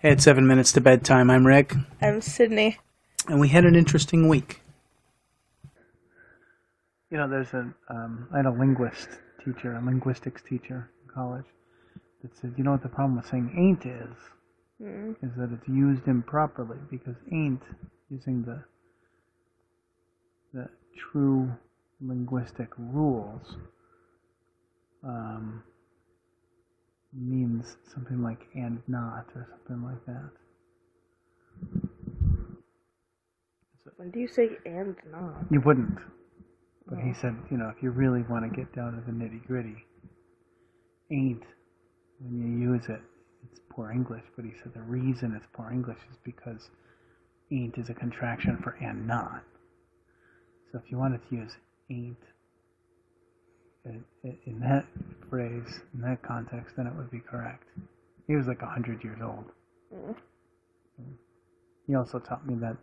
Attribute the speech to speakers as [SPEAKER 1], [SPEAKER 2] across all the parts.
[SPEAKER 1] Hey, it's seven minutes to bedtime. I'm Rick,
[SPEAKER 2] I'm Sydney.
[SPEAKER 1] and we had an interesting week.
[SPEAKER 3] You know, there's a, um, I had a linguist teacher, a linguistics teacher in college, that said, you know what the problem with saying ain't is? Is that it's used improperly because ain't, using the, the true linguistic rules, um, means something like and not or something like that.
[SPEAKER 2] When do you say and not?
[SPEAKER 3] You wouldn't. But he said, you know, if you really want to get down to the nitty gritty, ain't when you use it, it's poor English. But he said the reason it's poor English is because ain't is a contraction for and not. So if you wanted to use ain't in, in- in that phrase, in that context, then it would be correct. He was like 100 years old.
[SPEAKER 2] Mm.
[SPEAKER 3] He also taught me that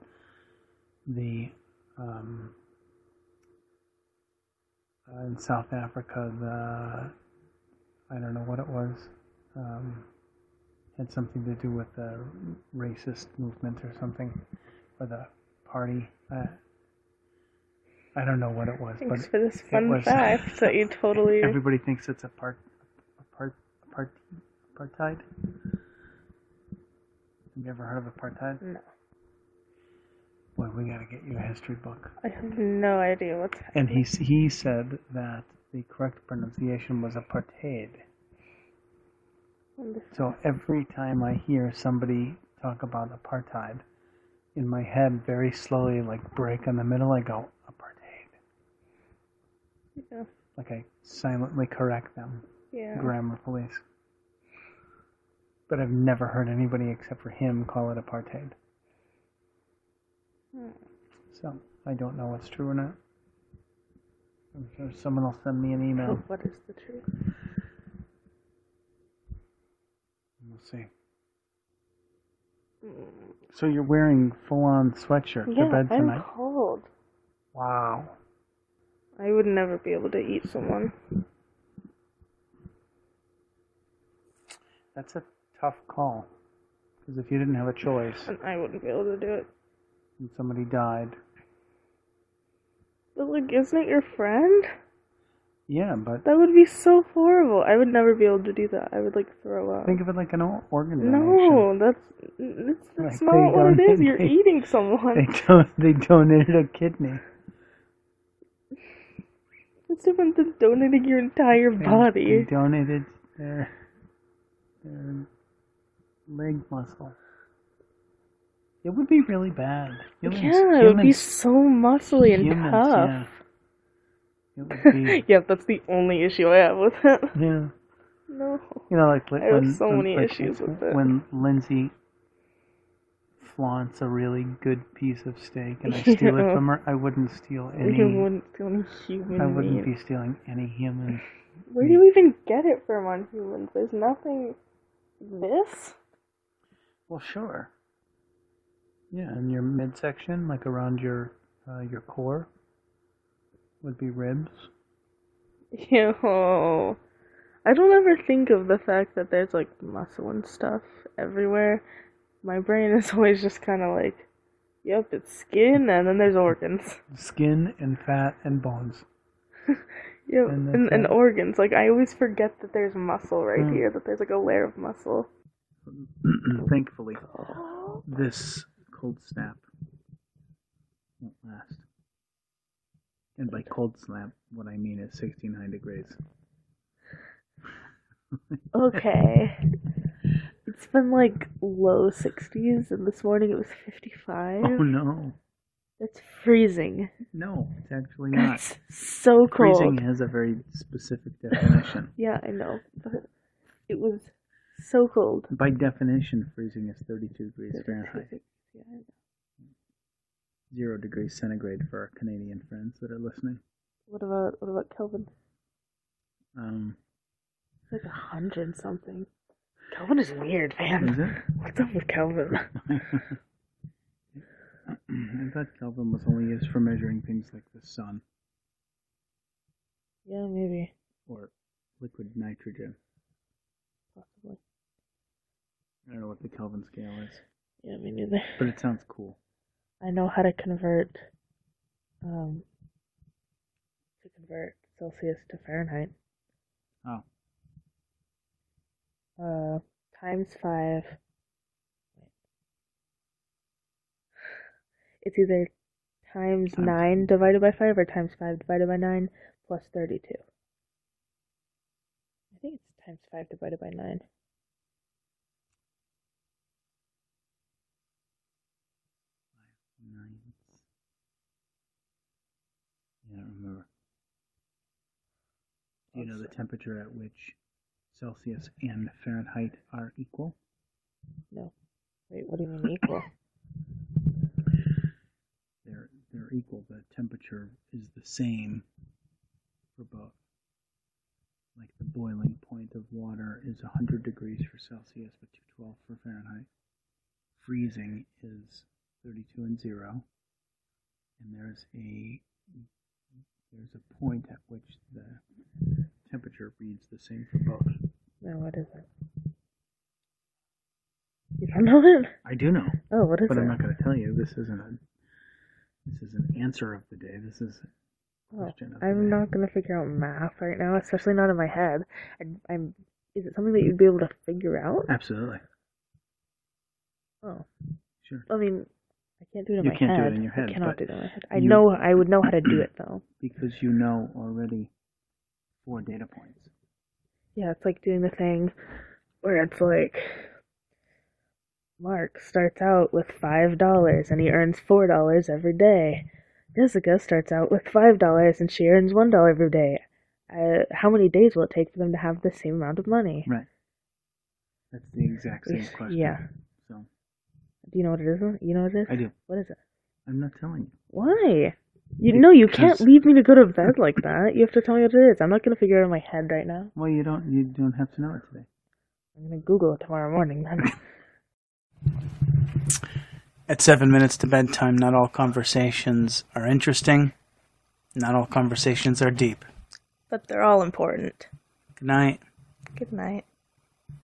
[SPEAKER 3] the um, uh, in South Africa, the I don't know what it was, um, had something to do with the racist movement or something, or the party. Uh, I don't know what it was, but
[SPEAKER 2] Thanks for this
[SPEAKER 3] it
[SPEAKER 2] fun
[SPEAKER 3] was-
[SPEAKER 2] fact that you totally.
[SPEAKER 3] everybody thinks it's a part, apart, apart, apartheid. Have you ever heard of apartheid?
[SPEAKER 2] No.
[SPEAKER 3] Boy, we gotta get you a history book.
[SPEAKER 2] I have no idea what's
[SPEAKER 3] And he s- he said that the correct pronunciation was apartheid.
[SPEAKER 2] happening.
[SPEAKER 3] So every time I hear somebody talk about apartheid, in my head, very slowly, like break in the middle, I go apartheid.
[SPEAKER 2] Yeah.
[SPEAKER 3] Like I silently correct them,
[SPEAKER 2] Yeah.
[SPEAKER 3] grammar police. But I've never heard anybody except for him call it apartheid.
[SPEAKER 2] Hmm.
[SPEAKER 3] So I don't know what's true or not. I'm sure someone will send me an email.
[SPEAKER 2] What is the truth?
[SPEAKER 3] We'll see. So you're wearing full-on sweatshirt
[SPEAKER 2] Hmm. Yeah,
[SPEAKER 3] to bed
[SPEAKER 2] I'm
[SPEAKER 3] tonight.
[SPEAKER 2] cold.
[SPEAKER 3] Wow.
[SPEAKER 2] I would never be able to eat someone.
[SPEAKER 3] That's a tough call. Because if you didn't have a choice
[SPEAKER 2] And I wouldn't be able to do it.
[SPEAKER 3] and somebody died.
[SPEAKER 2] But, like, isn't it your friend?
[SPEAKER 3] Yeah, but
[SPEAKER 2] That would be so horrible. I would never be able to do that. I would, like, throw up.
[SPEAKER 3] think of it like an o- organ donation.
[SPEAKER 2] No, that's, it's, that's
[SPEAKER 3] Like, they
[SPEAKER 2] not what it
[SPEAKER 3] don't-
[SPEAKER 2] is. You're
[SPEAKER 3] they-
[SPEAKER 2] eating someone.
[SPEAKER 3] They, don- they donated a kidney.
[SPEAKER 2] It's different than donating your entire
[SPEAKER 3] They-
[SPEAKER 2] body.
[SPEAKER 3] They donated their, their leg muscle. It would be really bad. Humans,
[SPEAKER 2] yeah, it would be so muscly and
[SPEAKER 3] humans,
[SPEAKER 2] tough.
[SPEAKER 3] Yeah. It would be.
[SPEAKER 2] Yeah. that's the only issue I have with it.
[SPEAKER 3] yeah.
[SPEAKER 2] No.
[SPEAKER 3] You know, like li-
[SPEAKER 2] I have
[SPEAKER 3] when,
[SPEAKER 2] so
[SPEAKER 3] when-
[SPEAKER 2] many
[SPEAKER 3] like,
[SPEAKER 2] issues with it.
[SPEAKER 3] when Lindsay flaunts a really good piece of steak and I steal it
[SPEAKER 2] Yeah.
[SPEAKER 3] from her, I wouldn't steal any.
[SPEAKER 2] you wouldn't feel any human
[SPEAKER 3] I wouldn't
[SPEAKER 2] meat.
[SPEAKER 3] be stealing any human.
[SPEAKER 2] Where do you even get it from on humans? There's nothing. This?
[SPEAKER 3] Well, sure. Yeah, and your midsection, like around your uh, your core, would be ribs.
[SPEAKER 2] Yo. I don't ever think of the fact that there's like muscle and stuff everywhere. My brain is always just kind of like, yep, it's skin and then there's organs.
[SPEAKER 3] Skin and fat and bones.
[SPEAKER 2] Yeah,
[SPEAKER 3] And
[SPEAKER 2] and,
[SPEAKER 3] that's
[SPEAKER 2] and,
[SPEAKER 3] it.
[SPEAKER 2] organs. Like I always forget that there's muscle right
[SPEAKER 3] Mm.
[SPEAKER 2] here, that there's like a layer of muscle.
[SPEAKER 3] Thankfully,
[SPEAKER 2] Oh.
[SPEAKER 3] this cold snap won't last. And by cold snap, what I mean is 69 degrees.
[SPEAKER 2] Okay. it's been like low 60s, and this morning it was 55.
[SPEAKER 3] Oh no,
[SPEAKER 2] That's freezing.
[SPEAKER 3] no, it's actually not.
[SPEAKER 2] That's so cold.
[SPEAKER 3] Freezing has a very specific definition.
[SPEAKER 2] Yeah, I know. But it was so cold.
[SPEAKER 3] By definition, freezing is 32 degrees Fahrenheit,
[SPEAKER 2] Yeah, I know.
[SPEAKER 3] zero degrees centigrade for our Canadian friends that are listening.
[SPEAKER 2] What about what about Kelvin?
[SPEAKER 3] Um,
[SPEAKER 2] It's like a hundred and something. Kelvin is weird,
[SPEAKER 3] is
[SPEAKER 2] man.
[SPEAKER 3] it?
[SPEAKER 2] What's up with Kelvin?
[SPEAKER 3] I thought Kelvin was only used for measuring things like the sun
[SPEAKER 2] yeah, maybe.
[SPEAKER 3] or liquid nitrogen.
[SPEAKER 2] Possibly.
[SPEAKER 3] I don't know what what the Kelvin scale is,
[SPEAKER 2] Yeah, me neither.
[SPEAKER 3] but it sounds cool.
[SPEAKER 2] I know how to convert um to convert Celsius to Fahrenheit.
[SPEAKER 3] Oh.
[SPEAKER 2] Uh times five. It's either times
[SPEAKER 3] Times-
[SPEAKER 2] nine divided by five or times five divided by nine plus thirty two. I think it's times five divided by nine.
[SPEAKER 3] Nines. Yeah, I don't remember. Do you know the
[SPEAKER 2] Awesome.
[SPEAKER 3] temperature at which Celsius and Fahrenheit are equal?
[SPEAKER 2] Wait, what do you mean equal?
[SPEAKER 3] They're they're equal. The temperature is the same for both. Like the boiling point of water is 100 degrees for Celsius, but 212 for Fahrenheit. Freezing is 32 and 0. And there's a there's a point at which the temperature reads the same for both.
[SPEAKER 2] No, what is it? You don't know it?
[SPEAKER 3] I do know.
[SPEAKER 2] Oh, what is
[SPEAKER 3] but
[SPEAKER 2] it?
[SPEAKER 3] I'm not going to tell you. This isn't a this is an answer of the day. This is a
[SPEAKER 2] Oh,
[SPEAKER 3] question of the
[SPEAKER 2] I'm
[SPEAKER 3] day.
[SPEAKER 2] not gonna figure out math right now, especially not in my head. I, I'm. Is it something that you'd be able to figure out?
[SPEAKER 3] Absolutely.
[SPEAKER 2] Oh,
[SPEAKER 3] Sure.
[SPEAKER 2] I mean, I can't do it in
[SPEAKER 3] You
[SPEAKER 2] my
[SPEAKER 3] can't do it
[SPEAKER 2] head.
[SPEAKER 3] in your head,
[SPEAKER 2] I cannot
[SPEAKER 3] but
[SPEAKER 2] do it in my head. I
[SPEAKER 3] you-
[SPEAKER 2] know. I would know how to do it though.
[SPEAKER 3] Because you know already four data points.
[SPEAKER 2] Yeah, it's like doing the thing where it's like Mark starts out with five dollars and he earns four dollars every day. Jessica starts out with five dollars and she earns one dollar every day. Uh, how many days will it take for them to have the same amount of money?
[SPEAKER 3] Right. That's the exact same
[SPEAKER 2] Yes,
[SPEAKER 3] question.
[SPEAKER 2] yeah.
[SPEAKER 3] So
[SPEAKER 2] Do you know what it is? You know what it is?
[SPEAKER 3] I do.
[SPEAKER 2] What is it?
[SPEAKER 3] I'm not telling you.
[SPEAKER 2] Why? You no, you can't
[SPEAKER 3] Because-
[SPEAKER 2] leave me to go to bed like that. You have to tell me what it is. I'm not gonna figure it out in my head right now.
[SPEAKER 3] Well, you don't. You don't have to know it today.
[SPEAKER 2] I'm gonna Google it tomorrow morning then.
[SPEAKER 1] At seven minutes to bedtime, not all conversations are interesting. Not all conversations are deep.
[SPEAKER 4] but they're all important.
[SPEAKER 1] Good night.
[SPEAKER 4] Good night.